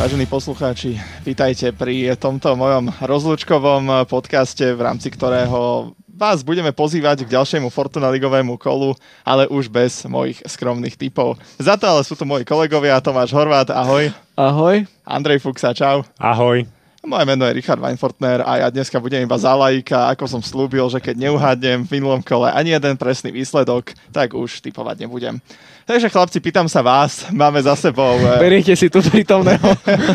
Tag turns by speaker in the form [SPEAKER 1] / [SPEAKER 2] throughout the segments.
[SPEAKER 1] Vážení poslucháči, vítajte pri tomto mojom rozlučkovom podcaste, v rámci ktorého vás budeme pozývať k ďalšiemu Fortuna ligovému kolu, ale už bez mojich skromných typov. Za to ale sú tu moji kolegovia Tomáš Horvát, ahoj.
[SPEAKER 2] Ahoj.
[SPEAKER 1] Andrej Fuxa, čau.
[SPEAKER 3] Ahoj.
[SPEAKER 1] Moje meno je Richard Weinfortner a ja dneska budem iba za laika, ako som slúbil, že keď neuhádnem v minulom kole ani jeden presný výsledok, tak už typovať nebudem. Takže chlapci, pýtam sa vás, máme za sebou... eh,
[SPEAKER 2] Beriete si tu prítomného.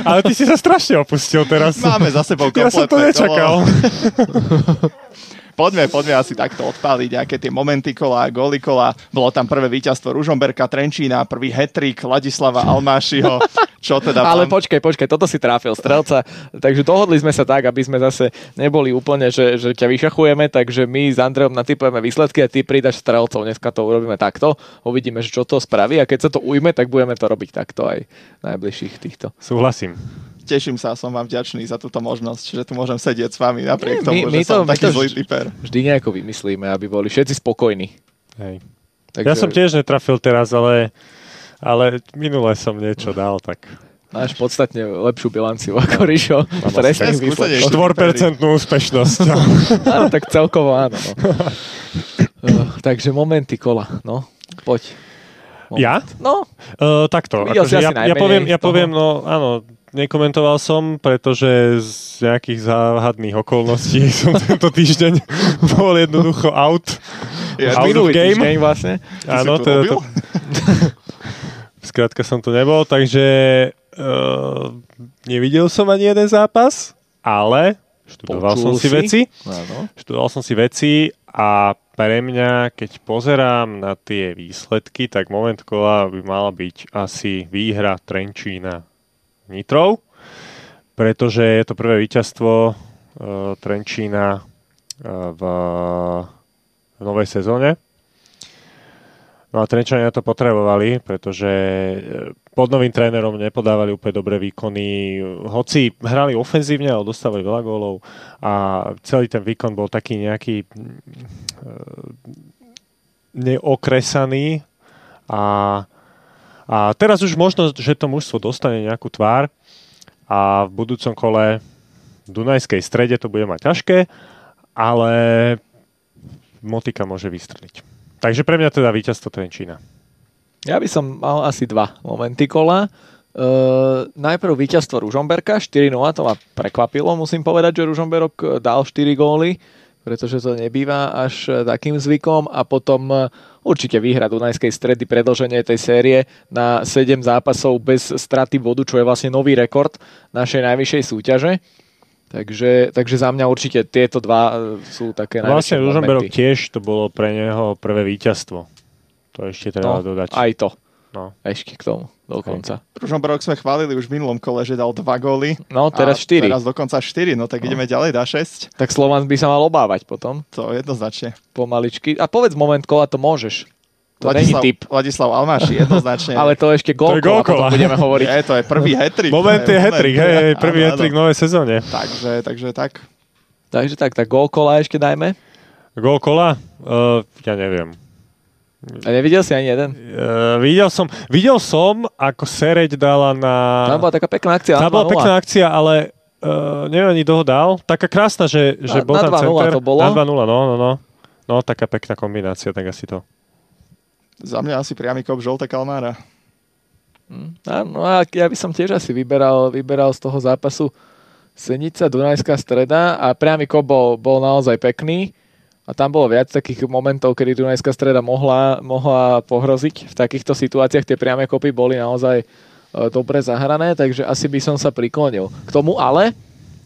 [SPEAKER 3] Ale ty si sa strašne opustil teraz.
[SPEAKER 1] Máme za sebou
[SPEAKER 3] Ja som to
[SPEAKER 1] kompletné
[SPEAKER 3] nečakal.
[SPEAKER 1] kolo. Poďme, poďme asi takto odpáliť nejaké tie momenty kola, góly kola. Bolo tam prvé víťazstvo Ružomberka Trenčína, prvý hetrik Ladislava Almášiho, čo teda... pán-
[SPEAKER 2] Ale počkaj, počkaj, toto si tráfil strelca. Takže dohodli sme sa tak, aby sme zase neboli úplne, že, že ťa vyšachujeme, takže my s Andrejom natypujeme výsledky a ty pridaš strelcov. Dneska to urobíme takto, uvidíme, že čo to spraví a keď sa to ujme, tak budeme to robiť takto aj najbližších týchto.
[SPEAKER 3] Súhlasím.
[SPEAKER 1] Teším sa, som vám vďačný za túto možnosť, že tu môžem sedieť s vami napriek
[SPEAKER 2] Nie,
[SPEAKER 1] tomu,
[SPEAKER 2] my-
[SPEAKER 1] že
[SPEAKER 2] my
[SPEAKER 1] som
[SPEAKER 2] to- my
[SPEAKER 1] taký
[SPEAKER 2] to
[SPEAKER 1] zlý
[SPEAKER 2] vž-
[SPEAKER 1] typer.
[SPEAKER 2] Vždy nejako vymyslíme, aby boli všetci spokojní.
[SPEAKER 3] Hej.
[SPEAKER 2] Takže
[SPEAKER 3] Ja som tiež netrafil teraz, ale, ale minule som niečo dal, tak
[SPEAKER 2] Máš podstatne lepšiu bilanciu ako
[SPEAKER 3] No.
[SPEAKER 2] Rišo. v
[SPEAKER 3] asi
[SPEAKER 2] trestných
[SPEAKER 1] také skúsenejšie.
[SPEAKER 2] výsledkoch.
[SPEAKER 3] 4% úspešnosť. No.
[SPEAKER 2] Áno, tak celkovo áno. No. Uh, takže momenty kola, no, poď.
[SPEAKER 3] Ja?
[SPEAKER 2] No,
[SPEAKER 3] Uh, takto.
[SPEAKER 2] Videl si asi
[SPEAKER 3] ja, ja
[SPEAKER 2] najmenej
[SPEAKER 3] poviem, ja
[SPEAKER 2] z toho.
[SPEAKER 3] poviem, no áno, nekomentoval som, pretože z nejakých záhadných okolností som tento týždeň bol jednoducho out.
[SPEAKER 1] Ja,
[SPEAKER 3] Out of
[SPEAKER 2] minulý
[SPEAKER 3] game.
[SPEAKER 2] týždeň vlastne.
[SPEAKER 1] Áno,
[SPEAKER 3] Áno,
[SPEAKER 1] to,
[SPEAKER 3] teda to, Skrátka som tu nebol, takže uh, nevidel som ani jeden zápas, ale študoval
[SPEAKER 2] Počul
[SPEAKER 3] som si,
[SPEAKER 2] si?
[SPEAKER 3] veci.
[SPEAKER 2] Áno.
[SPEAKER 3] Študoval som si veci a pre mňa, keď pozerám na tie výsledky, tak moment kola by mala byť asi výhra Trenčína Nitrov, pretože je to prvé víťazstvo uh, Trenčína uh, v, v novej sezóne. No a Trenčania to potrebovali, pretože eh, pod novým trénerom nepodávali úplne dobré výkony. Hoci hrali ofenzívne, ale dostávali veľa gólov a celý ten výkon bol taký nejaký mm, eh, neokresaný a, a teraz už možno, že to mužstvo dostane nejakú tvár a v budúcom kole v Dunajskej strede to bude mať ťažké, ale Motika môže vystreliť. Takže pre mňa teda víťazstvo Trenčína.
[SPEAKER 2] Ja by som mal asi dva momenty kola. Uh, najprv víťazstvo Ružomberka 4-0, to ma prekvapilo, musím povedať, že Ružomberok eh, dal 4 góly, pretože to nebýva až eh, takým zvykom a potom eh, určite výhra Dunajskej stredy predlženie tej série na 7 zápasov bez straty bodu, čo je vlastne nový rekord našej najvyššej súťaže. Takže, takže za mňa určite tieto dva eh, sú také najväčšie
[SPEAKER 3] Vlastne Ružomberok
[SPEAKER 2] momenty.
[SPEAKER 3] tiež to bolo pre neho prvé víťazstvo. To ešte treba
[SPEAKER 2] No,
[SPEAKER 3] dodať.
[SPEAKER 2] Aj to.
[SPEAKER 3] No.
[SPEAKER 2] Ešte k tomu, dokonca.
[SPEAKER 1] Ružomberok sme chválili už v minulom kole, že dal dva góly.
[SPEAKER 2] No, teraz
[SPEAKER 1] A
[SPEAKER 2] 4.
[SPEAKER 1] Teraz dokonca 4, no tak
[SPEAKER 2] No.
[SPEAKER 1] ideme ďalej, dá 6.
[SPEAKER 2] Tak Slovan by sa mal obávať potom,
[SPEAKER 1] To jednoznačne.
[SPEAKER 2] pomaličky. A povedz moment kola, to môžeš. To není typ.
[SPEAKER 1] Ladislav Almáši, jednoznačne.
[SPEAKER 2] Ale to je ešte
[SPEAKER 3] To
[SPEAKER 2] gól
[SPEAKER 3] je
[SPEAKER 2] kola,
[SPEAKER 3] gól
[SPEAKER 2] potom
[SPEAKER 3] kola.
[SPEAKER 2] budeme hovoriť.
[SPEAKER 1] je, to je prvý hetrik.
[SPEAKER 3] Moment
[SPEAKER 1] To
[SPEAKER 3] je hetrik, hej, hej, prvý
[SPEAKER 1] Áno,
[SPEAKER 3] hetrik v
[SPEAKER 1] áno.
[SPEAKER 3] novej sezóne.
[SPEAKER 1] Takže, takže tak.
[SPEAKER 2] Takže tak, tak gól kola ešte dajme.
[SPEAKER 3] Gól kola? Uh, ja neviem.
[SPEAKER 2] A nevidel si ani jeden.
[SPEAKER 3] Uh, videl, som, videl som, ako Sereď dala na...
[SPEAKER 2] Tam bola taká pekná akcia.
[SPEAKER 3] Tam
[SPEAKER 2] na
[SPEAKER 3] bola
[SPEAKER 2] 2:0.
[SPEAKER 3] pekná akcia, ale uh, neviem ani kto ho dal. Taká krásna, že, že
[SPEAKER 2] Na-
[SPEAKER 3] bol
[SPEAKER 2] na
[SPEAKER 3] tam
[SPEAKER 2] 2:0
[SPEAKER 3] center.
[SPEAKER 2] to bolo.
[SPEAKER 3] Na 2-0, no, no, no. No, taká pekná kombinácia, tak asi to.
[SPEAKER 1] Za mňa asi priamy kop Žolta Kalmára.
[SPEAKER 2] Hm. A, no a ja by som tiež asi vyberal, vyberal z toho zápasu Senica, Dunajská streda a priamy kop bol, bol naozaj pekný. A tam bolo viac takých momentov, kedy Dunajská streda mohla, mohla pohroziť. V takýchto situáciách tie priame kopy boli naozaj e, dobre zahrané, takže asi by som sa priklonil. K tomu ale,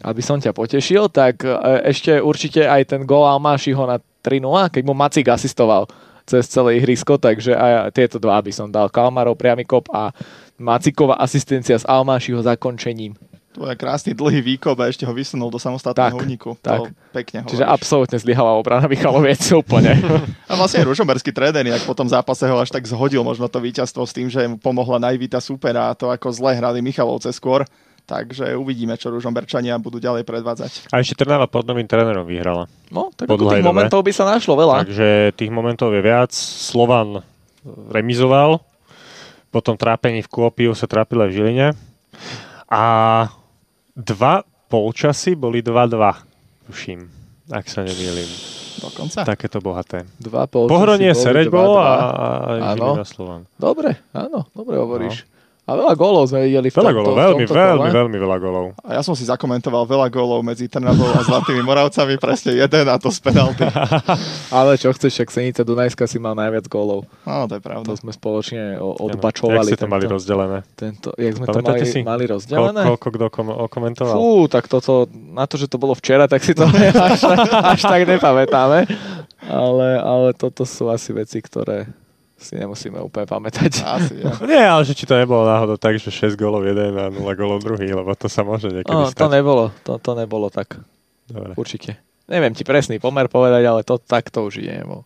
[SPEAKER 2] aby som ťa potešil, tak e, ešte určite aj ten gól Almášiho na 3-0, keď mu Macik asistoval cez celé ihrisko, takže aj tieto dva by som dal. Kalmarov priamy kop a Maciková asistencia s Almášiho zakončením.
[SPEAKER 1] To je krásny dlhý výkop a ešte ho vysunul do samostatného
[SPEAKER 2] Tak,
[SPEAKER 1] úniku. To
[SPEAKER 2] tak.
[SPEAKER 1] pekne
[SPEAKER 2] Čiže
[SPEAKER 1] hovoríš.
[SPEAKER 2] absolútne zlyhala obrana Michaloviec úplne.
[SPEAKER 1] A vlastne ružomberský tréner, ak po tom zápase ho až tak zhodil možno to víťazstvo s tým, že mu pomohla najvita supera a to ako zle hrali Michalovce skôr. Takže uvidíme, čo Ružomberčania budú ďalej predvádzať.
[SPEAKER 3] A ešte Trnava pod novým trénerom vyhrala.
[SPEAKER 2] No, tak
[SPEAKER 3] Po
[SPEAKER 2] ako
[SPEAKER 3] dlhej
[SPEAKER 2] tých
[SPEAKER 3] dobe.
[SPEAKER 2] momentov by sa našlo veľa.
[SPEAKER 3] Takže tých momentov je viac. Slovan remizoval, potom trápení v Kuopiu sa trápila v Žiline. A dva polčasy boli 2-2, tuším, ak sa nemýlim.
[SPEAKER 1] Dokonca.
[SPEAKER 3] Takéto bohaté.
[SPEAKER 2] Dva polčasy
[SPEAKER 3] Pohronie
[SPEAKER 2] boli
[SPEAKER 3] Sereď
[SPEAKER 2] dva,
[SPEAKER 3] bolo
[SPEAKER 2] dva.
[SPEAKER 3] a, a
[SPEAKER 2] Áno.
[SPEAKER 3] Žilina Slovan.
[SPEAKER 2] Dobre, áno, dobre hovoríš. A veľa gólov sme videli v
[SPEAKER 3] No. Veľa
[SPEAKER 2] tomto,
[SPEAKER 3] golov,
[SPEAKER 2] v
[SPEAKER 3] veľmi,
[SPEAKER 2] tomto
[SPEAKER 3] veľmi,
[SPEAKER 2] kole.
[SPEAKER 3] veľmi veľa golov.
[SPEAKER 1] A ja som si zakomentoval veľa gólov medzi Trnavou a Zlatými Moravcami, presne jeden a to z penalty.
[SPEAKER 2] Ale čo chceš, však Senica Dunajska si mal najviac gólov.
[SPEAKER 1] No, to je pravda.
[SPEAKER 2] To sme spoločne o-
[SPEAKER 3] Jak
[SPEAKER 2] odbačovali.
[SPEAKER 3] ste to mali rozdelené?
[SPEAKER 2] tento, jak sme to
[SPEAKER 3] Pamätáte
[SPEAKER 2] mali,
[SPEAKER 3] si?
[SPEAKER 2] mali
[SPEAKER 3] Ko,
[SPEAKER 2] rozdelené?
[SPEAKER 3] koľko kto kom- okomentoval?
[SPEAKER 2] Fú, tak toto, na to, že to bolo včera, tak si to až, až tak nepamätáme. Ale, ale toto sú asi veci, ktoré si nemusíme úplne pamätať.
[SPEAKER 1] Asi, ja.
[SPEAKER 3] Nie, ale že či to nebolo náhodou tak, že 6 golov jeden a 0 golov druhý, lebo to sa môže niekedy
[SPEAKER 2] No, to
[SPEAKER 3] stať.
[SPEAKER 2] nebolo, to, to nebolo tak,
[SPEAKER 3] Dobre.
[SPEAKER 2] určite. Neviem ti presný pomer povedať, ale to tak to už ide nebolo.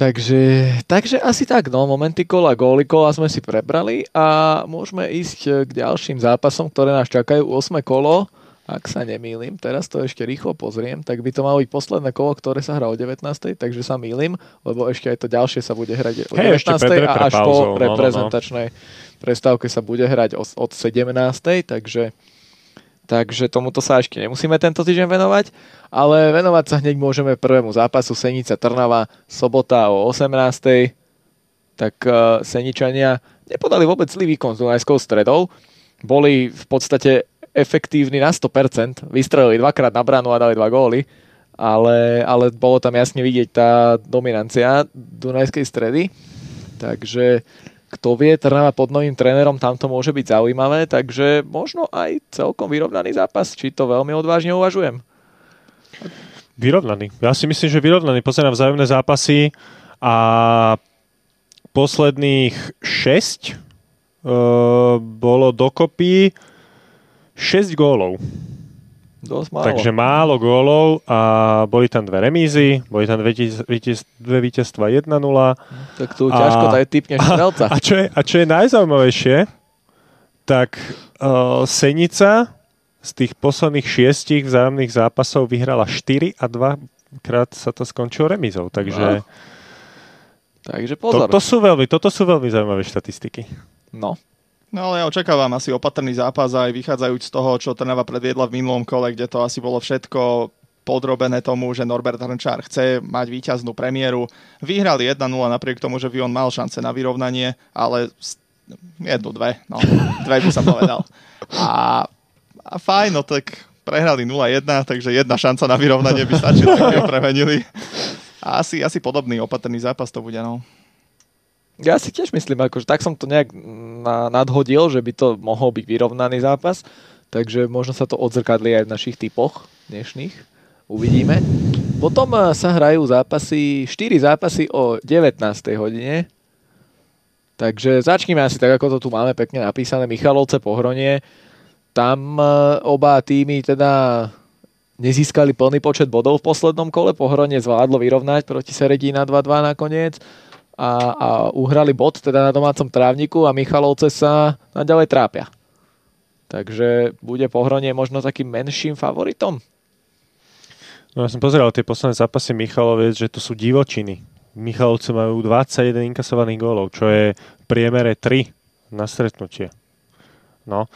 [SPEAKER 2] Takže, takže asi tak, no, momenty kola, góly kola sme si prebrali a môžeme ísť e, k ďalším zápasom, ktoré nás čakajú. 8. kolo, ak sa nemýlim, teraz to ešte rýchlo pozriem, tak by to malo byť posledné kolo, ktoré sa hrá o 19. Takže sa mýlim, lebo ešte aj to ďalšie sa bude hrať o
[SPEAKER 3] Hej, ešte
[SPEAKER 2] 19.
[SPEAKER 3] pred
[SPEAKER 2] a až po
[SPEAKER 3] reprepauzou, no, no, no.
[SPEAKER 2] reprezentačnej prestávke sa bude hrať os- od 17. Takže, takže tomuto sa ešte nemusíme tento týždeň venovať. Ale venovať sa hneď môžeme prvému zápasu Senica Trnava, sobota o 18. Tak eh, Seničania nepodali vôbec zlý výkon s Dunajskou stredou. Boli v podstate efektívni na 100%. Vystrelili dvakrát na bránu a dali dva góly. Ale, ale bolo tam jasne vidieť tá dominancia Dunajskej stredy. Takže kto vie, Trnava pod novým trénerom, tam to môže byť zaujímavé, takže možno aj celkom vyrovnaný zápas, či to veľmi odvážne uvažujem.
[SPEAKER 3] Vyrovnaný. Ja si myslím, že vyrovnaný. Pozerám vzájomné zápasy a posledných 6 e, bolo dokopy 6 gólov.
[SPEAKER 2] Dosť málo.
[SPEAKER 3] Takže málo gólov a boli tam dve remízy, boli tam dve, vítiz- vítiz- dve víťazstva 1-0.
[SPEAKER 2] Tak tu ťažko
[SPEAKER 3] A-
[SPEAKER 2] aj typneš strelca.
[SPEAKER 3] A čo je, a čo je najzaujímavejšie, tak uh, Senica z tých posledných šiestich vzájomných zápasov vyhrala 4 a 2 krát sa to skončilo remizou. Takže
[SPEAKER 2] Takže
[SPEAKER 3] to,
[SPEAKER 2] pozor.
[SPEAKER 3] to sú veľmi, toto sú veľmi zaujímavé štatistiky.
[SPEAKER 2] No,
[SPEAKER 1] No ale ja očakávam asi opatrný zápas aj vychádzajúc z toho, čo Trnava predviedla v minulom kole, kde to asi bolo všetko podrobené tomu, že Norbert Hrnčár chce mať víťaznú premiéru. Vyhrali 1-0 napriek tomu, že Vion mal šance na vyrovnanie, ale s- jednu, dve, no, dve by som povedal. A, a fajn, no tak prehrali 0-1, takže jedna šanca na vyrovnanie by stačila, keby ho premenili. A asi, asi podobný opatrný zápas to bude, no.
[SPEAKER 2] ja si tiež myslím, akože tak som to nejak na, nadhodil, že by to mohol byť vyrovnaný zápas, takže možno sa to odzrkadli aj v našich typoch dnešných. Uvidíme. Potom eh, sa hrajú zápasy, 4 zápasy o 19. hodine. Takže začneme asi tak, ako to tu máme pekne napísané. Michalovce Pohronie. Tam eh, oba týmy teda nezískali plný počet bodov v poslednom kole. Pohronie zvládlo vyrovnať proti Seredí na 2-2 nakoniec a, a uhrali bod teda na domácom trávniku a Michalovce sa naďalej trápia. Takže bude Pohronie možno takým menším favoritom?
[SPEAKER 3] No ja som pozeral tie posledné zápasy Michaloviec, že to sú divočiny. Michalovce majú 21 inkasovaných gólov, čo je v priemere 3 na stretnutie. No.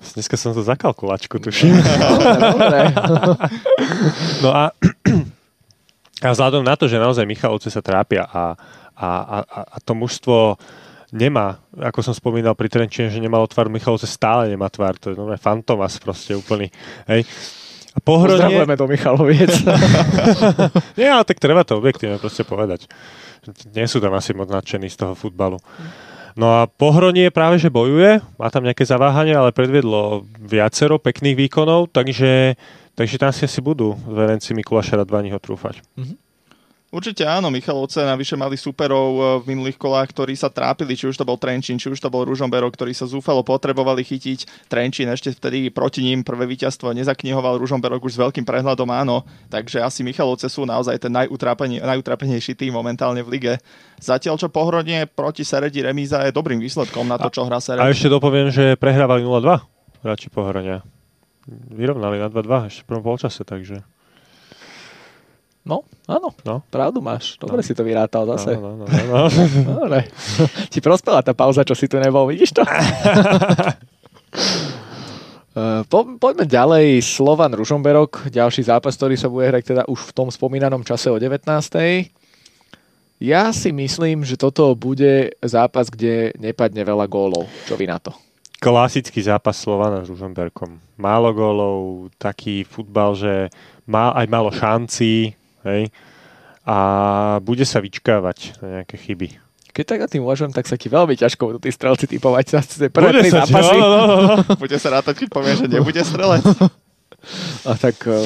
[SPEAKER 3] Dneska som to zakalkulačku tuším.
[SPEAKER 2] Dobre,
[SPEAKER 3] No a, a vzhľadom na to, že naozaj Michalovce sa trápia a, a, a, a- a to mužstvo nemá, ako som spomínal pri Trenčine, že nemalo tvár, Michalovce stále nemá tvár, to je normálne fantomas proste úplný. Hej. A pohronie,
[SPEAKER 2] Pozdravujeme do Michaloviec.
[SPEAKER 3] nie, ale tak treba to objektívne proste povedať. Nie sú tam asi moc nadšení z toho futbalu. No a Pohronie práve, že bojuje, má tam nejaké zaváhanie, ale predvedlo viacero pekných výkonov, takže, takže tam si asi budú verenci Mikuláša Radvani ho trúfať.
[SPEAKER 1] Určite áno, Michalovce navyše mali superov e, v minulých kolách, ktorí sa trápili, či už to bol Trenčín, či už to bol Ružomberok, ktorí sa zúfalo potrebovali chytiť. Trenčín ešte vtedy proti ním prvé víťazstvo nezaknihoval, Ružomberok už s veľkým prehľadom áno, takže asi Michalovce sú naozaj ten najutrapene- najutrapenejší tým momentálne v lige. Zatiaľ čo pohrodne proti Seredi remíza je dobrým výsledkom na to, čo hrá
[SPEAKER 3] A
[SPEAKER 1] Seredi.
[SPEAKER 3] ešte dopoviem, že prehrávali 0-2 hráči Pohronia. Vyrovnali na 2-2 ešte v prvom polčase, takže...
[SPEAKER 2] No, áno,
[SPEAKER 3] No.
[SPEAKER 2] pravdu máš. Dobre si to vyrátal zase.
[SPEAKER 3] No, no, no, no, no.
[SPEAKER 2] Dobre. Ti prospela tá pauza, čo si tu nebol, vidíš to? Uh, po, poďme ďalej, Slovan Ružomberok, ďalší zápas, ktorý sa bude hrať teda už v tom spomínanom čase o 19. Ja si myslím, že toto bude zápas, kde nepadne veľa gólov. Čo vy na to?
[SPEAKER 3] Klasický zápas Slovana s Ružomberkom. Málo gólov, taký futbal, že má aj málo šancí hej? a bude sa vyčkávať na nejaké chyby.
[SPEAKER 2] Keď tak na tým uvažujem, tak sa ti veľmi ťažko budú tí strelci typovať sa tie prvé
[SPEAKER 3] Bude
[SPEAKER 2] tri
[SPEAKER 3] sa ti-
[SPEAKER 2] zápasy.
[SPEAKER 3] no, no, no, no.
[SPEAKER 1] Bude sa rátať, keď povie, že nebude strelec.
[SPEAKER 2] A tak uh,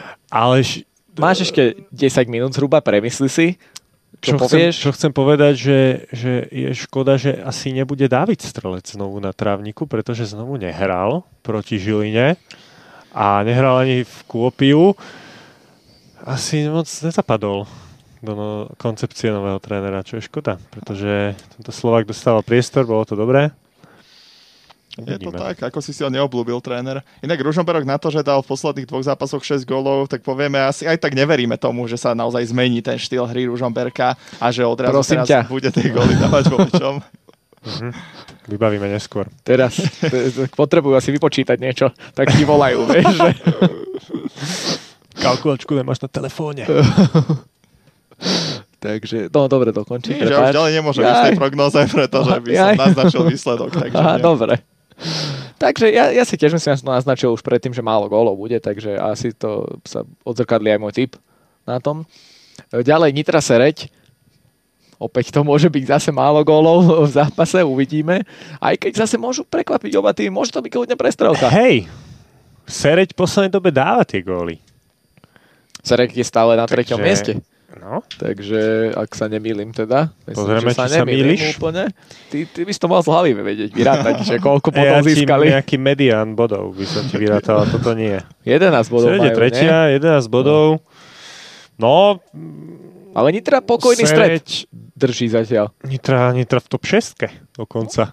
[SPEAKER 3] Ale š-
[SPEAKER 2] máš ešte 10 minút zhruba, premysli si, čo,
[SPEAKER 3] čo, chcem,
[SPEAKER 2] povieš.
[SPEAKER 3] čo chcem povedať, že, že je škoda, že asi nebude David Strelec znovu na trávniku, pretože znovu nehral proti Žiline a nehral ani v Kôpiu. Asi moc nezapadol do no, koncepcie nového trénera, čo je škoda, pretože tento Slovák dostával priestor, bolo to dobré.
[SPEAKER 1] Je to
[SPEAKER 3] Uvidíme.
[SPEAKER 1] tak, ako si si ho neoblúbil tréner. Inak Ružomberok na to, že dal v posledných dvoch zápasoch 6 gólov, tak povieme, asi aj tak neveríme tomu, že sa naozaj zmení ten štýl hry Ružomberka a že odrazu
[SPEAKER 2] Prosím
[SPEAKER 1] teraz
[SPEAKER 2] ťa.
[SPEAKER 1] bude tie góly dávať vo čom.
[SPEAKER 3] Vybavíme neskôr.
[SPEAKER 2] Teraz t- t- potrebujú asi vypočítať niečo, tak ti volajú, vieš, že
[SPEAKER 3] Kalkulačku nemáš na telefóne.
[SPEAKER 2] Takže, no dobre, dokončím.
[SPEAKER 1] Čiže už ďalej nemôžem ísť v tej
[SPEAKER 2] Jaj.
[SPEAKER 1] prognoze, pretože by som
[SPEAKER 2] Jaj.
[SPEAKER 1] naznačil výsledok. Takže
[SPEAKER 2] Aha,
[SPEAKER 1] nie.
[SPEAKER 2] dobre. Takže ja, ja si tiež myslím, že som to naznačil už predtým, že málo gólov bude, takže asi to sa odzrkadlí aj môj tip na tom. E, Ďalej Nitra Sereď. Opäť to môže byť zase málo gólov v zápase, uvidíme. Aj keď zase môžu prekvapiť oba týmy, môže to byť kľudne prestrelka.
[SPEAKER 3] Hej, Sereď v poslednej dobe dáva tie góly.
[SPEAKER 2] Sereď je stále na treťom
[SPEAKER 3] Takže-
[SPEAKER 2] mieste.
[SPEAKER 3] No,
[SPEAKER 2] Takže, ak sa nemýlim teda, myslím,
[SPEAKER 3] Pozrieme,
[SPEAKER 2] že sa
[SPEAKER 3] či sa
[SPEAKER 2] nemýlim
[SPEAKER 3] mýliš.
[SPEAKER 2] úplne. Ty, ty by si to mal z hlavy vedieť, vyrátať, že koľko bodov
[SPEAKER 3] ja ti
[SPEAKER 2] získali.
[SPEAKER 3] nejaký medián bodov by som ti vyrátal, a toto nie.
[SPEAKER 2] 11 bodov
[SPEAKER 3] Srede
[SPEAKER 2] majú,
[SPEAKER 3] tretia,
[SPEAKER 2] nie?
[SPEAKER 3] 11 bodov. No,
[SPEAKER 2] Ale Nitra pokojný stred
[SPEAKER 3] Sereď,
[SPEAKER 2] drží zatiaľ.
[SPEAKER 3] Nitra, Nitra v top 6 dokonca.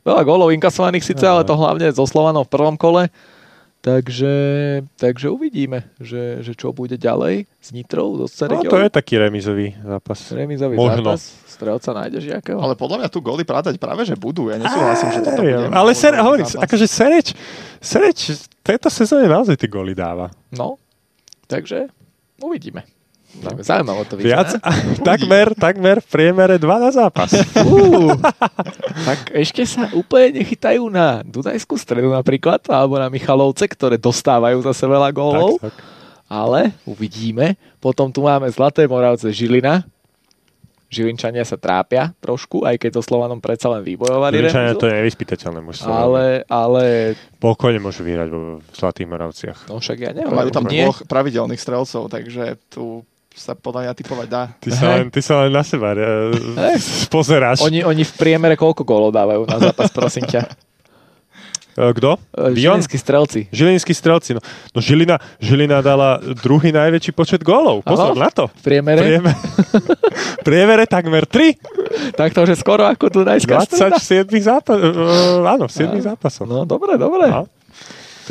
[SPEAKER 2] Veľa gólov inkasovaných síce,
[SPEAKER 3] Áno.
[SPEAKER 2] ale to hlavne zo Slovanov v prvom kole. Takže, takže uvidíme, že, že čo bude ďalej s Nitrou. Do
[SPEAKER 3] No, to je taký remizový zápas.
[SPEAKER 2] Remizový
[SPEAKER 3] Možno.
[SPEAKER 2] zápas. Strelca nájdeš nejakého?
[SPEAKER 1] Ale podľa mňa tu góly prádať práve, že budú. Ja nesúhlasím, že toto bude.
[SPEAKER 3] Neviem, ale
[SPEAKER 1] málo
[SPEAKER 3] ser,
[SPEAKER 1] gólový
[SPEAKER 3] hovorím,
[SPEAKER 1] zápas.
[SPEAKER 3] akože Sereč, Sereč v tejto sezóne naozaj tie góly dáva.
[SPEAKER 2] No, takže uvidíme. Zaujímavo to vyzerá.
[SPEAKER 3] No. Viac, a, takmer, takmer v priemere 2 na zápas.
[SPEAKER 2] Fú. tak ešte sa úplne nechytajú na Dunajskú stredu napríklad, alebo na Michalovce, ktoré dostávajú zase veľa gólov,
[SPEAKER 3] tak, tak.
[SPEAKER 2] ale uvidíme. Potom tu máme Zlaté Moravce Žilina. Žilinčania sa trápia trošku, aj keď to Slovanom predsa len vybojovali.
[SPEAKER 3] Žilinčania
[SPEAKER 1] no.
[SPEAKER 2] remizu.
[SPEAKER 3] to je nevyspytateľné mužstvo.
[SPEAKER 2] Ale, ale,
[SPEAKER 3] Pokojne môžu vyhrať vo v Zlatých Moravciach.
[SPEAKER 2] no však ja
[SPEAKER 1] A
[SPEAKER 2] neviem.
[SPEAKER 1] Majú tam
[SPEAKER 2] nie?
[SPEAKER 1] dvoch pravidelných strelcov, takže tu sa podľa mňa typovať dá.
[SPEAKER 3] Ty sa,
[SPEAKER 2] Hej.
[SPEAKER 3] len, ty sa len na seba e,
[SPEAKER 2] Hej.
[SPEAKER 3] pozeráš.
[SPEAKER 2] Oni, oni v priemere koľko gólov dávajú na zápas, prosím ťa?
[SPEAKER 3] E, Kto?
[SPEAKER 2] E,
[SPEAKER 3] Dion?
[SPEAKER 2] Žilinskí strelci.
[SPEAKER 3] Žilinskí strelci. No, no Žilina, Žilina dala druhý najväčší počet gólov. Pozor
[SPEAKER 2] Áno.
[SPEAKER 3] na to.
[SPEAKER 2] V priemere?
[SPEAKER 3] Priemere, priemere takmer 3.
[SPEAKER 2] Tak to, že skoro ako Dunajská streda.
[SPEAKER 3] 27 zápasov. e, áno, 7
[SPEAKER 2] Áno.
[SPEAKER 3] zápasov.
[SPEAKER 2] No dobre, dobre.
[SPEAKER 3] No.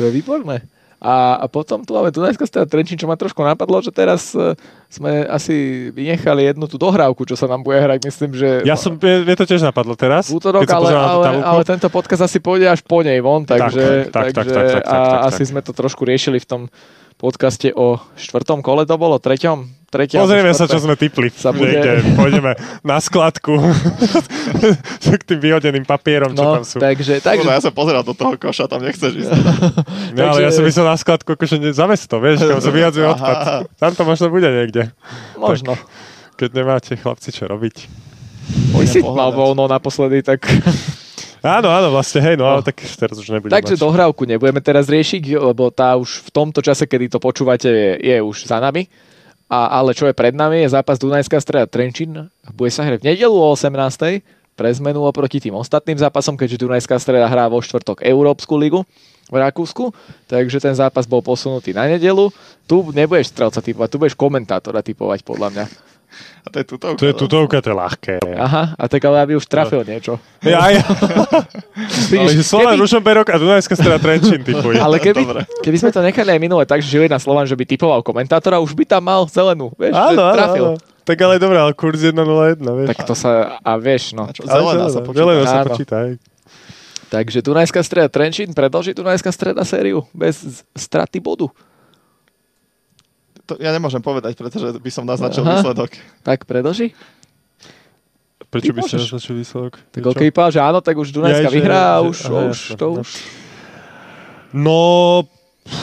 [SPEAKER 2] To je výborné. A, a potom tu máme Dunajská streda Trenčín, čo ma trošku napadlo, že teraz e, sme asi vynechali jednu tú dohrávku, čo sa nám bude hrať, myslím, že
[SPEAKER 3] Ja som, mie, mie to tiež napadlo teraz.
[SPEAKER 2] v útorok,
[SPEAKER 3] keď som
[SPEAKER 2] ale,
[SPEAKER 3] pozeral na tú
[SPEAKER 2] ale,
[SPEAKER 3] tabuľku.
[SPEAKER 2] ale tento podcast asi pôjde až po nej von,
[SPEAKER 3] Tak,
[SPEAKER 2] takže,
[SPEAKER 3] tak, tak,
[SPEAKER 2] takže
[SPEAKER 3] tak, tak, tak,
[SPEAKER 2] a
[SPEAKER 3] tak, tak.
[SPEAKER 2] asi sme to trošku riešili v tom podcaste o štvrtom kole, to bolo treťom? treťom
[SPEAKER 3] Pozrieme sa, čo sme typli.
[SPEAKER 2] Sa bude-
[SPEAKER 3] Niekde, pôjdeme na skladku k tým vyhodeným papierom, čo
[SPEAKER 2] No,
[SPEAKER 3] tam sú.
[SPEAKER 2] takže,
[SPEAKER 1] Takže...
[SPEAKER 2] takže
[SPEAKER 1] Ja som pozeral do toho koša, tam nechceš ísť.
[SPEAKER 3] No ale
[SPEAKER 2] Takže-
[SPEAKER 3] ja som myslel na skladku, akože ne- zames to, vieš, kam sa vyhadzuje
[SPEAKER 1] Aha.
[SPEAKER 3] odpad. Tam to možno bude niekde,
[SPEAKER 2] možno.
[SPEAKER 3] keď nemáte chlapci čo robiť.
[SPEAKER 2] Ty si
[SPEAKER 1] pohľadať.
[SPEAKER 2] mal voľno naposledy, tak
[SPEAKER 3] Áno, áno, vlastne, hej, no ale tak teraz už nebude
[SPEAKER 2] Takže
[SPEAKER 3] mať.
[SPEAKER 2] dohrávku nebudeme teraz riešiť, lebo tá už v tomto čase, kedy to počúvate, je, je už za nami. A, ale čo je pred nami, je zápas Dunajská streda Trenčín. Bude sa hrať v nedelu o 18. pre zmenu oproti tým ostatným zápasom, keďže Dunajská streda hrá vo štvrtok Európsku ligu v Rakúsku, takže ten zápas bol posunutý na nedelu. Tu nebudeš strelca typovať, tu budeš komentátora typovať podľa mňa.
[SPEAKER 1] A to je no. tuto.
[SPEAKER 3] To je tutovka, to je ľahké.
[SPEAKER 2] Aha, a tak ale aby už trafil niečo.
[SPEAKER 3] Ja, ja. No, Ale
[SPEAKER 2] No. Vidíš,
[SPEAKER 3] že Slovan,
[SPEAKER 2] keby-
[SPEAKER 3] Ružomberok a Dunajská streda Trenčín typuj.
[SPEAKER 2] Ale keby,
[SPEAKER 1] Dobre.
[SPEAKER 2] keby sme to nechali aj minule tak, že Žilina Slovan, že by typoval komentátora, už by tam mal zelenú, vieš, že
[SPEAKER 3] Áno, áno,
[SPEAKER 2] trafil.
[SPEAKER 3] áno. Tak ale dobre, ale kurz 1-0-1, vieš.
[SPEAKER 2] Tak to sa, a vieš,
[SPEAKER 1] A
[SPEAKER 2] no.
[SPEAKER 1] čo, zelená sa
[SPEAKER 3] Zelená
[SPEAKER 1] počíta.
[SPEAKER 3] sa
[SPEAKER 2] Áno.
[SPEAKER 3] počíta, hej.
[SPEAKER 2] Takže Dunajská streda Trenčín predlží Dunajská streda sériu bez straty bodu.
[SPEAKER 1] To ja nemôžem povedať, pretože by som naznačil
[SPEAKER 2] Aha.
[SPEAKER 1] výsledok.
[SPEAKER 2] Tak predlží? Ty
[SPEAKER 3] Prečo by ste
[SPEAKER 2] môžeš.
[SPEAKER 3] naznačil výsledok?
[SPEAKER 2] Tak
[SPEAKER 3] Čo?
[SPEAKER 2] OK, že áno, tak už Dunajská
[SPEAKER 3] Ja, že-
[SPEAKER 2] vyhrá a
[SPEAKER 3] že-
[SPEAKER 2] už,
[SPEAKER 3] aha,
[SPEAKER 2] už
[SPEAKER 3] jasné,
[SPEAKER 2] to
[SPEAKER 3] no.
[SPEAKER 2] už.
[SPEAKER 3] No,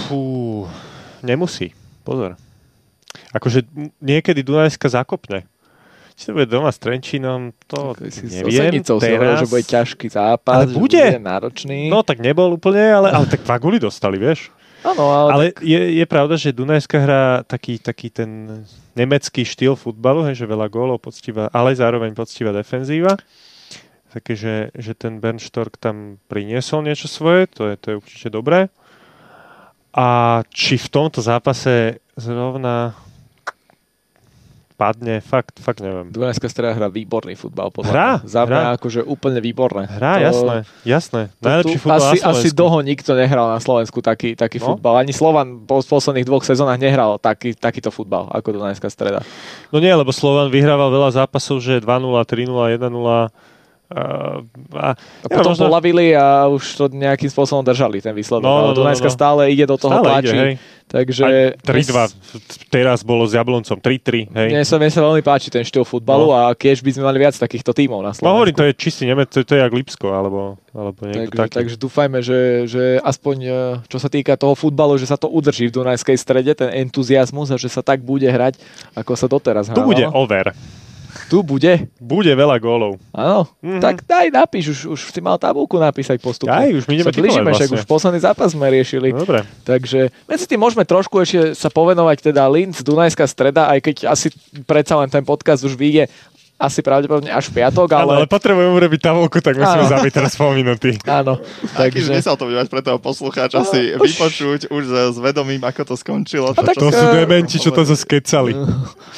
[SPEAKER 3] fú, nemusí. Pozor. Akože m- niekedy Dunajska zakopne. Či to bude doma s Trenčínom, to
[SPEAKER 2] Tak si so
[SPEAKER 3] neviem
[SPEAKER 2] Senicou si hovoril,
[SPEAKER 3] teraz.
[SPEAKER 2] že bude ťažký zápas,
[SPEAKER 3] Ale bude.
[SPEAKER 2] že bude náročný.
[SPEAKER 3] No tak nebol úplne, ale, ale tak Vaguli dostali, vieš.
[SPEAKER 2] áno, ale, ale...
[SPEAKER 3] Ale je, je pravda, že Dunajská hrá taký, taký ten nemecký štýl futbalu, hej, že veľa gólov, poctivá, ale zároveň poctivá defenzíva. Také, že, že ten Bernstork tam priniesol niečo svoje, to je, to je určite dobré. A či v tomto zápase zrovna padne, fakt, fakt neviem.
[SPEAKER 2] Dunajská streda hrá výborný futbal. Podľa
[SPEAKER 3] Hrá,
[SPEAKER 2] mňa. Za mňa
[SPEAKER 3] hrá.
[SPEAKER 2] akože úplne výborné.
[SPEAKER 3] Hrá,
[SPEAKER 2] To-
[SPEAKER 3] jasné, jasné.
[SPEAKER 2] to
[SPEAKER 3] Najlepší
[SPEAKER 2] tu
[SPEAKER 3] futbal
[SPEAKER 2] asi,
[SPEAKER 3] na Slovensku.
[SPEAKER 2] asi dlho nikto nehral na Slovensku taký, taký
[SPEAKER 3] No.
[SPEAKER 2] no? futbal. Ani Slovan po v posledných dvoch sezónach nehral taký, takýto futbal ako Dunajská streda.
[SPEAKER 3] No nie, lebo Slovan vyhrával veľa zápasov, že 2-0, 3-0, 1-0. Uh, a,
[SPEAKER 2] A potom
[SPEAKER 3] možno-
[SPEAKER 2] polavili a už to nejakým spôsobom držali ten výsledok.
[SPEAKER 3] No, no,
[SPEAKER 2] No, no,
[SPEAKER 3] no,
[SPEAKER 2] Dunajská
[SPEAKER 3] no, no.
[SPEAKER 2] stále ide do toho
[SPEAKER 3] Stále
[SPEAKER 2] páči.
[SPEAKER 3] ide, hej.
[SPEAKER 2] takže
[SPEAKER 3] Aj 3-2, teraz bolo s Jabloncom 3-3, hej.
[SPEAKER 2] Mne sa, mne sa veľmi páči ten štýl futbalu
[SPEAKER 3] No.
[SPEAKER 2] no. a keď by sme mali viac takýchto tímov na
[SPEAKER 3] No hovorím,
[SPEAKER 2] Slovensku.
[SPEAKER 3] to je čistý Nemec, to, to je jak Lipsko, alebo, alebo
[SPEAKER 2] Takže,
[SPEAKER 3] niekto taký.
[SPEAKER 2] takže dúfajme, že, že aspoň e, čo sa týka toho futbalu, že sa to udrží v Dunajskej strede, ten entuziasmus a že sa tak bude hrať, ako sa doteraz
[SPEAKER 3] Tu
[SPEAKER 2] hrávalo.
[SPEAKER 3] bude over.
[SPEAKER 2] Tu bude,
[SPEAKER 3] Bude veľa gólov.
[SPEAKER 2] áno.
[SPEAKER 3] Mhm.
[SPEAKER 2] Mm-hmm. Tak daj, napíš, už, už si mal tabulku napísať postupne.
[SPEAKER 3] Aj, už my ideme
[SPEAKER 2] sa blížime,
[SPEAKER 3] typovať
[SPEAKER 2] však
[SPEAKER 3] vlastne.
[SPEAKER 2] už posledný zápas sme riešili.
[SPEAKER 3] No, dobre.
[SPEAKER 2] Takže medzi tým môžeme trošku ešte sa povenovať teda Linz, Dunajská streda, aj keď asi predsa len ten podcast už vyjde asi pravdepodobne až v piatok,
[SPEAKER 3] Ale,
[SPEAKER 2] ale...
[SPEAKER 3] ale potrebujeme urobiť tavolku, tak musíme
[SPEAKER 2] Áno.
[SPEAKER 3] zabiť teraz pol minúty.
[SPEAKER 2] Áno,
[SPEAKER 1] Takže...
[SPEAKER 2] takže...
[SPEAKER 1] Nesal to byť pre toho poslucháča si
[SPEAKER 2] už-
[SPEAKER 1] vypočuť už s vedomím, ako to skončilo.
[SPEAKER 2] tak
[SPEAKER 1] čo-
[SPEAKER 3] To sú dementi, čo to zoskecali.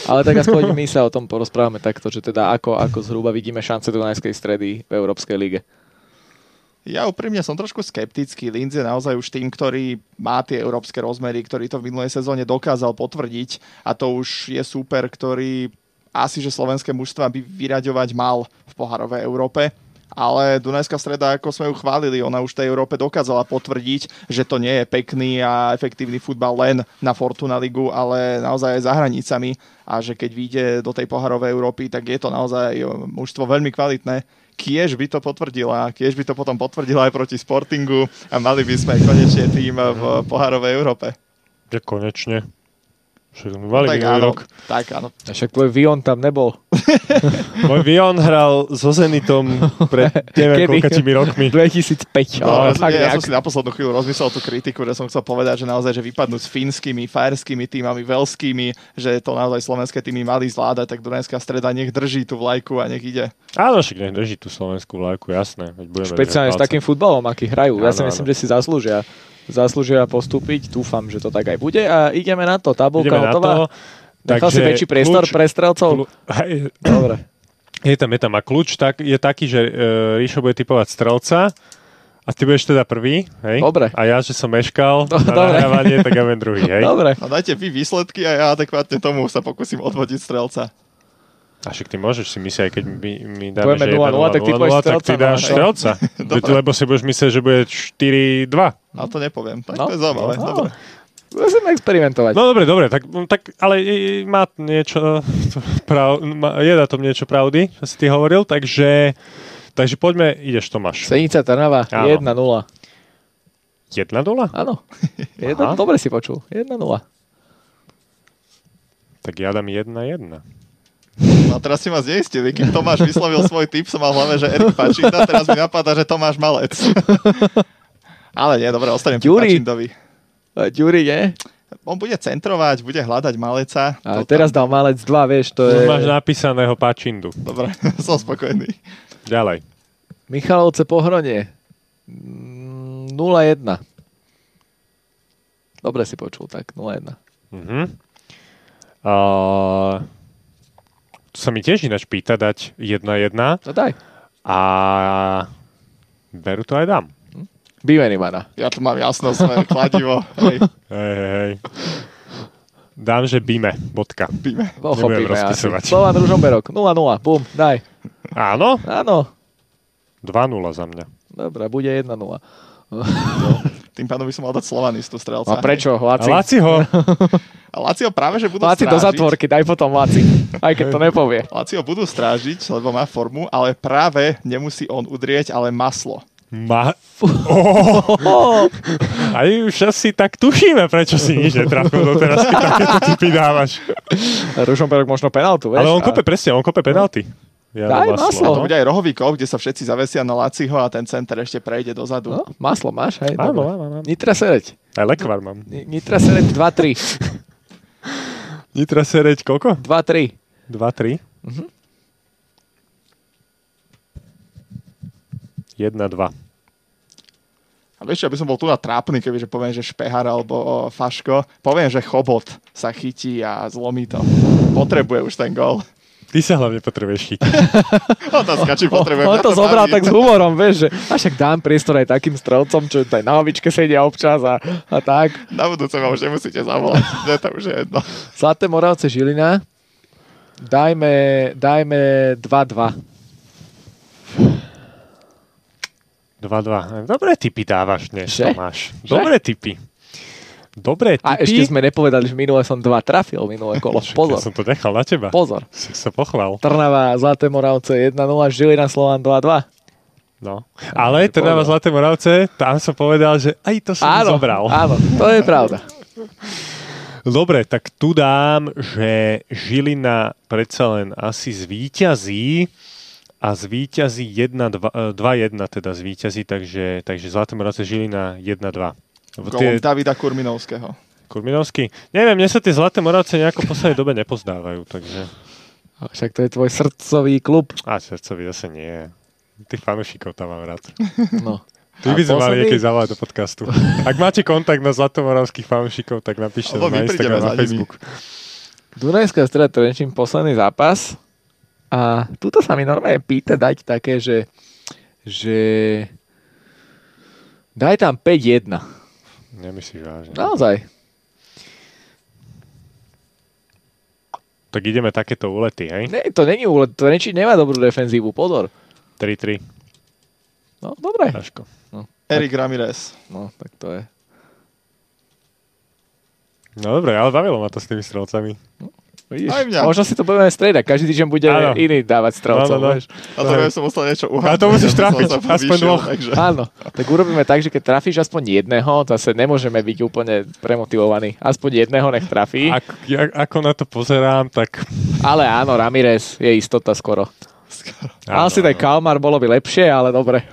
[SPEAKER 2] Ale tak aspoň my sa o tom porozprávame takto, že teda ako, ako zhruba vidíme šance Dunajskej stredy v Európskej lige.
[SPEAKER 1] Ja úprimne som trošku skeptický. Linz je naozaj už tým, ktorý má tie európske rozmery, ktorý to v minulej sezóne dokázal potvrdiť a to už je súper, ktorý asi, že slovenské mužstva by vyraďovať mal v poharovej Európe. Ale Dunajská streda, ako sme ju chválili, ona už tej Európe dokázala potvrdiť, že to nie je pekný a efektívny futbal len na Fortuna Ligu, ale naozaj aj za hranicami a že keď vyjde do tej poharovej Európy, tak je to naozaj eh, mužstvo veľmi kvalitné kiež by to potvrdila, kiež by to potom potvrdila aj proti Sportingu a mali by sme konečne tým v pohárovej Európe.
[SPEAKER 3] Že konečne. Však sme
[SPEAKER 2] No
[SPEAKER 3] mali
[SPEAKER 1] tak
[SPEAKER 3] minulý
[SPEAKER 1] áno,
[SPEAKER 3] rok.
[SPEAKER 1] tak áno.
[SPEAKER 2] A však tvoj Vion tam nebol.
[SPEAKER 3] Môj Vion hral so Zenitom pred
[SPEAKER 2] Kedy?
[SPEAKER 3] neviem koľkačimi rokmi.
[SPEAKER 2] 2005.
[SPEAKER 1] No, ja,
[SPEAKER 2] ale
[SPEAKER 1] som,
[SPEAKER 2] tak
[SPEAKER 1] ja som
[SPEAKER 2] nejak.
[SPEAKER 1] si na poslednú chvíľu rozmyslel tú kritiku, že som chcel povedať, že naozaj, že vypadnú s fínskymi, fajerskými týmami, veľskými, že to naozaj slovenské týmy mali zvládať, tak Dunajská streda nech drží tú vlajku a nech ide.
[SPEAKER 3] Áno, však nech drží tú slovenskú vlajku, jasné. veď budeme
[SPEAKER 2] Špeciálne s
[SPEAKER 3] držať palce.
[SPEAKER 2] takým futbalom, aký hrajú. Ja
[SPEAKER 3] Áno,
[SPEAKER 2] si myslím,
[SPEAKER 3] áno.
[SPEAKER 2] že si zaslúžia zaslúžia postúpiť. Dúfam, že to tak aj bude. A ideme na to. Tabulka
[SPEAKER 3] Ideme na to.
[SPEAKER 2] hotová. Nechal si
[SPEAKER 3] Takže
[SPEAKER 2] väčší priestor
[SPEAKER 3] kľúč-
[SPEAKER 2] pre strelcov?
[SPEAKER 3] kľú- Hej,
[SPEAKER 2] Dobre.
[SPEAKER 3] Je tam, je tam. A kľúč tak, je taký, že e, Ríšo bude typovať strelca a ty budeš teda prvý, hej?
[SPEAKER 2] Dobre.
[SPEAKER 3] A ja, že som meškal
[SPEAKER 2] Do-
[SPEAKER 3] na
[SPEAKER 2] dobre.
[SPEAKER 3] nahrávanie, tak ja budem druhý, hej?
[SPEAKER 2] Dobre.
[SPEAKER 1] No dajte vy výsledky a ja adekvátne tomu sa pokúsim odvodiť strelca.
[SPEAKER 3] A však ty môžeš si myslieť, aj keď my, my dáme,
[SPEAKER 2] Budeme
[SPEAKER 3] že
[SPEAKER 2] 0-0,
[SPEAKER 3] 1
[SPEAKER 2] tak ty budeš
[SPEAKER 3] tak ty
[SPEAKER 2] strelca, no,
[SPEAKER 3] dáš
[SPEAKER 2] hej.
[SPEAKER 3] strelca. Veď, lebo si budeš myslieť, že bude 4-2.
[SPEAKER 1] No to nepoviem. Tak
[SPEAKER 2] No.
[SPEAKER 1] to je zaujímavé.
[SPEAKER 2] No.
[SPEAKER 1] Dobre.
[SPEAKER 2] Musíme experimentovať.
[SPEAKER 3] No dobre, dobre, tak, tak ale e, e, má niečo, to prav, má, je na tom niečo pravdy, čo si ty hovoril, takže, takže poďme, ideš Tomáš.
[SPEAKER 2] Senica Trnava
[SPEAKER 3] Áno.
[SPEAKER 2] 1-0.
[SPEAKER 3] 1 dola?
[SPEAKER 2] Áno. Jedna,
[SPEAKER 3] Aha.
[SPEAKER 2] dobre si počul. 1-0.
[SPEAKER 3] Tak ja dám 1-1.
[SPEAKER 1] No a teraz si ma zneistili, keď Tomáš vyslovil svoj tip, som mal v hlave, že Erik Pačinda, teraz mi napadá, že Tomáš Malec. Ale nie, dobre, ostanem pri
[SPEAKER 2] Ďuri.
[SPEAKER 1] Pačindovi.
[SPEAKER 2] A E, Ďuri, nie?
[SPEAKER 1] On bude centrovať, bude hľadať Maleca.
[SPEAKER 2] A
[SPEAKER 1] To-
[SPEAKER 2] teraz dal malec 2, vieš, to
[SPEAKER 3] Už
[SPEAKER 2] je...
[SPEAKER 3] No, máš napísaného Pačindu.
[SPEAKER 1] Dobre, som spokojný.
[SPEAKER 3] Ďalej.
[SPEAKER 2] Michalovce Pohronie. Mm, 0-1. Dobre si počul, tak 0-1.
[SPEAKER 3] Mhm. Uh, to sa mi tiež ináč pýta dať 1-1
[SPEAKER 2] No daj.
[SPEAKER 3] a veru to aj dám.
[SPEAKER 2] Bývený mana.
[SPEAKER 1] Ja tu mám jasno svoje kladivo. Hej,
[SPEAKER 3] Hej, hej, hej. Dám, že bíme, bodka.
[SPEAKER 1] píme.
[SPEAKER 2] Pochopíme
[SPEAKER 3] Nebudem
[SPEAKER 2] asi.
[SPEAKER 3] rozpisovať.
[SPEAKER 2] Slovan Ružomberok. 0-0. Bum, daj.
[SPEAKER 3] Áno,
[SPEAKER 2] Áno.
[SPEAKER 3] 2-0 za mňa.
[SPEAKER 2] Dobre, bude 1-0.
[SPEAKER 1] Tým pádom by som mal dať Slovanistu strelca.
[SPEAKER 2] A prečo,
[SPEAKER 3] A
[SPEAKER 2] Laci?
[SPEAKER 3] Laciho,
[SPEAKER 1] A Lazio práve, že budú
[SPEAKER 2] Laci do
[SPEAKER 1] strážiť.
[SPEAKER 2] zatvorky, daj potom Laci. Aj keď to nepovie.
[SPEAKER 1] Lazio budú strážiť, lebo má formu, ale práve nemusí on udrieť, ale maslo.
[SPEAKER 3] ma...
[SPEAKER 2] Oh,
[SPEAKER 3] Aj už asi tak tušíme, prečo si nič netrafil doteraz, keď takéto typy dávaš.
[SPEAKER 2] Ružomberok možno penaltu, vieš?
[SPEAKER 3] Ale on
[SPEAKER 2] A-
[SPEAKER 3] kope presne, on kope penalty. Ja
[SPEAKER 2] Daj maslo.
[SPEAKER 1] To bude aj rohový kop, kde sa všetci zavesia na Laciho a ten center ešte prejde dozadu.
[SPEAKER 2] No, maslo máš, hej?
[SPEAKER 3] Áno,
[SPEAKER 2] dobre.
[SPEAKER 3] áno, áno.
[SPEAKER 2] Nitra Sereď.
[SPEAKER 3] Aj lekvar mám.
[SPEAKER 2] Ni- Nitra Sereď 2-3.
[SPEAKER 3] Nitra sereď koľko?
[SPEAKER 2] 2-3.
[SPEAKER 3] 2, 3?
[SPEAKER 2] Mhm.
[SPEAKER 3] 1, 2.
[SPEAKER 1] A vieš, čo, ja by som bol tu na trápny, kebyže poviem, že Špehar alebo o, Faško. Poviem, že Chobot sa chytí a zlomí to. Potrebuje už ten gol.
[SPEAKER 3] Ty sa hlavne potrebuješ chytiť.
[SPEAKER 1] Otázka, či potrebuje.
[SPEAKER 2] On
[SPEAKER 1] mňa
[SPEAKER 2] to zobral
[SPEAKER 1] baví.
[SPEAKER 2] tak s humorom, vieš, že a však dám priestor aj takým strelcom, čo aj na hovičke sedia občas a, a tak.
[SPEAKER 1] Na budúce ma už nemusíte zavolať. Ne, to už je jedno.
[SPEAKER 2] Zlaté Moravce Žilina. Dajme, dajme 2-2.
[SPEAKER 3] 2, 2. Dobré typy dávaš dnes,
[SPEAKER 2] Že?
[SPEAKER 3] Tomáš.
[SPEAKER 2] Že?
[SPEAKER 3] Dobré typy. Dobré typy.
[SPEAKER 2] A ešte sme nepovedali, že minule som dva trafil, minulé kolo.
[SPEAKER 3] Však
[SPEAKER 2] Pozor,
[SPEAKER 3] Ja som to nechal na teba.
[SPEAKER 2] pozor.
[SPEAKER 3] Si sa pochval.
[SPEAKER 2] Trnava, Zlaté Moravce 1-0, Žilina, Slovan 2-2.
[SPEAKER 3] No. Ale
[SPEAKER 2] to
[SPEAKER 3] teda na
[SPEAKER 2] povedal.
[SPEAKER 3] Zlaté Moravce, tam som povedal, že aj to som
[SPEAKER 2] Áno,
[SPEAKER 3] zobral.
[SPEAKER 2] áno, to je pravda.
[SPEAKER 3] Dobre, tak tu dám, že Žilina predsa len asi zvíťazí a zvíťazí 1, 2, 2 1 teda zvíťazí, takže, takže Zlaté Moravce Žilina 1-2. V
[SPEAKER 1] Golom
[SPEAKER 3] No tie-
[SPEAKER 1] Davida Kurminovského.
[SPEAKER 3] Kurminovský. Neviem, mne sa tie Zlaté Moravce nejako v poslednej dobe nepozdávajú, takže...
[SPEAKER 2] A Však to je tvoj srdcový klub.
[SPEAKER 3] A srdcovi zase nie. Tých fanúšikov tam mám rád.
[SPEAKER 2] No.
[SPEAKER 3] Ty
[SPEAKER 2] A
[SPEAKER 3] by sme mali
[SPEAKER 2] posledný?
[SPEAKER 3] niekedy zavolať do podcastu. Ak máte kontakt na zlatomoravských fanúšikov, tak napíšte
[SPEAKER 1] Alebo
[SPEAKER 3] nám na
[SPEAKER 1] my prídeme za
[SPEAKER 3] Instagram,
[SPEAKER 1] nimi.
[SPEAKER 3] na Facebook.
[SPEAKER 2] Dunajská streda Trenčín, posledný zápas. A tuto sa mi normálne pýta dať také, že, že daj tam 5-1.
[SPEAKER 3] Nemyslíš vážne.
[SPEAKER 1] No.
[SPEAKER 2] Naozaj.
[SPEAKER 3] Tak ideme takéto ulety, hej?
[SPEAKER 2] Ne, to není úle, Trenčín nemá dobrú defenzívu, pozor.
[SPEAKER 3] 3-3.
[SPEAKER 2] No, dobre.
[SPEAKER 3] Taško.
[SPEAKER 1] Erik Ramirez.
[SPEAKER 2] No, tak to je.
[SPEAKER 3] No dobre, ale bavilo ma to s tými strelcami.
[SPEAKER 2] Vidíš,
[SPEAKER 1] Aj mňa.
[SPEAKER 2] možno si to budeme striedať, každý týždeň bude
[SPEAKER 3] Áno.
[SPEAKER 2] iný dávať strelcov.
[SPEAKER 3] Áno, áno.
[SPEAKER 2] vieš.
[SPEAKER 1] A to ja som musel niečo uhádnuť.
[SPEAKER 3] No Ale to musíš
[SPEAKER 1] ja som sa
[SPEAKER 3] trafiť,
[SPEAKER 1] povýšil,
[SPEAKER 3] aspoň dvoch.
[SPEAKER 1] Takže...
[SPEAKER 2] Áno, tak urobíme tak, že keď trafíš aspoň jedného, zase nemôžeme byť úplne premotivovaní. Aspoň jedného nech trafí.
[SPEAKER 3] Ak, ja, ako na to pozerám, tak...
[SPEAKER 2] Ale áno, Ramirez je istota skoro. Áno, Asi ten Kalmar bolo by lepšie, ale dobre.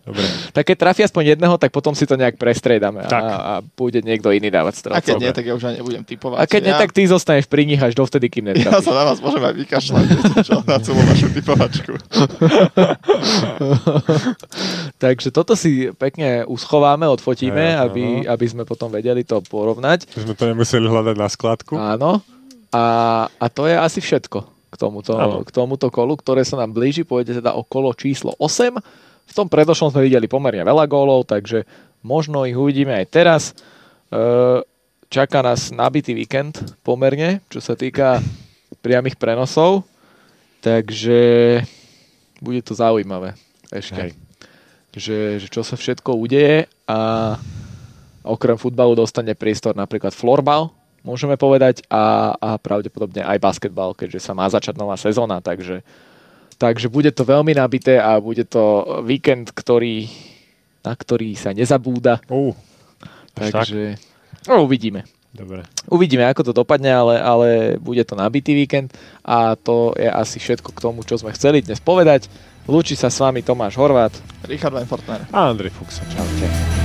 [SPEAKER 3] Dobre.
[SPEAKER 2] tak keď trafí aspoň jedného, tak potom si to nejak prestriedame
[SPEAKER 3] Tak.
[SPEAKER 2] a, a bude niekto iný dávať
[SPEAKER 1] A
[SPEAKER 2] strelcov.
[SPEAKER 1] keď nie, tak ja už aj nebudem typovať.
[SPEAKER 2] A keď
[SPEAKER 1] ja,
[SPEAKER 2] nie, tak ty zostaneš pri nich až dovtedy, kým
[SPEAKER 1] Ja
[SPEAKER 2] netrafíš.
[SPEAKER 1] sa na vás môžem aj vykašľať, viete čo, na celú vašu typovačku.
[SPEAKER 2] Takže toto si pekne uschováme, odfotíme,
[SPEAKER 3] Áno.
[SPEAKER 2] aby, aby sme potom vedeli to porovnať.
[SPEAKER 3] Už sme to nemuseli hľadať na skladku.
[SPEAKER 2] Áno. A, a to je asi všetko k tomuto,
[SPEAKER 3] Áno.
[SPEAKER 2] k tomuto kolu, ktoré sa nám blíži. Pôjde teda o kolo číslo 8. V tom predošlom sme videli pomerne veľa gólov, takže možno ich uvidíme aj teraz. E, čaká nás nabitý víkend pomerne, čo sa týka priamých prenosov. Takže bude to zaujímavé ešte.
[SPEAKER 3] Hej.
[SPEAKER 2] Že, že čo sa všetko udeje a okrem futbalu dostane priestor napríklad florbal, môžeme povedať, a, a pravdepodobne aj basketbal, keďže sa má začať nová sezóna, takže, takže bude to veľmi nabité a bude to víkend, ktorý, na ktorý sa nezabúda,
[SPEAKER 3] Ú, až tak?
[SPEAKER 2] takže no, uvidíme.
[SPEAKER 3] Dobre.
[SPEAKER 2] Uvidíme, ako to dopadne, ale, ale bude to nabitý víkend a to je asi všetko k tomu, čo sme chceli dnes povedať. Lúči sa s vami Tomáš Horvát.
[SPEAKER 1] Richard Van Fortner.
[SPEAKER 3] A Andrej Fuchs, čaute.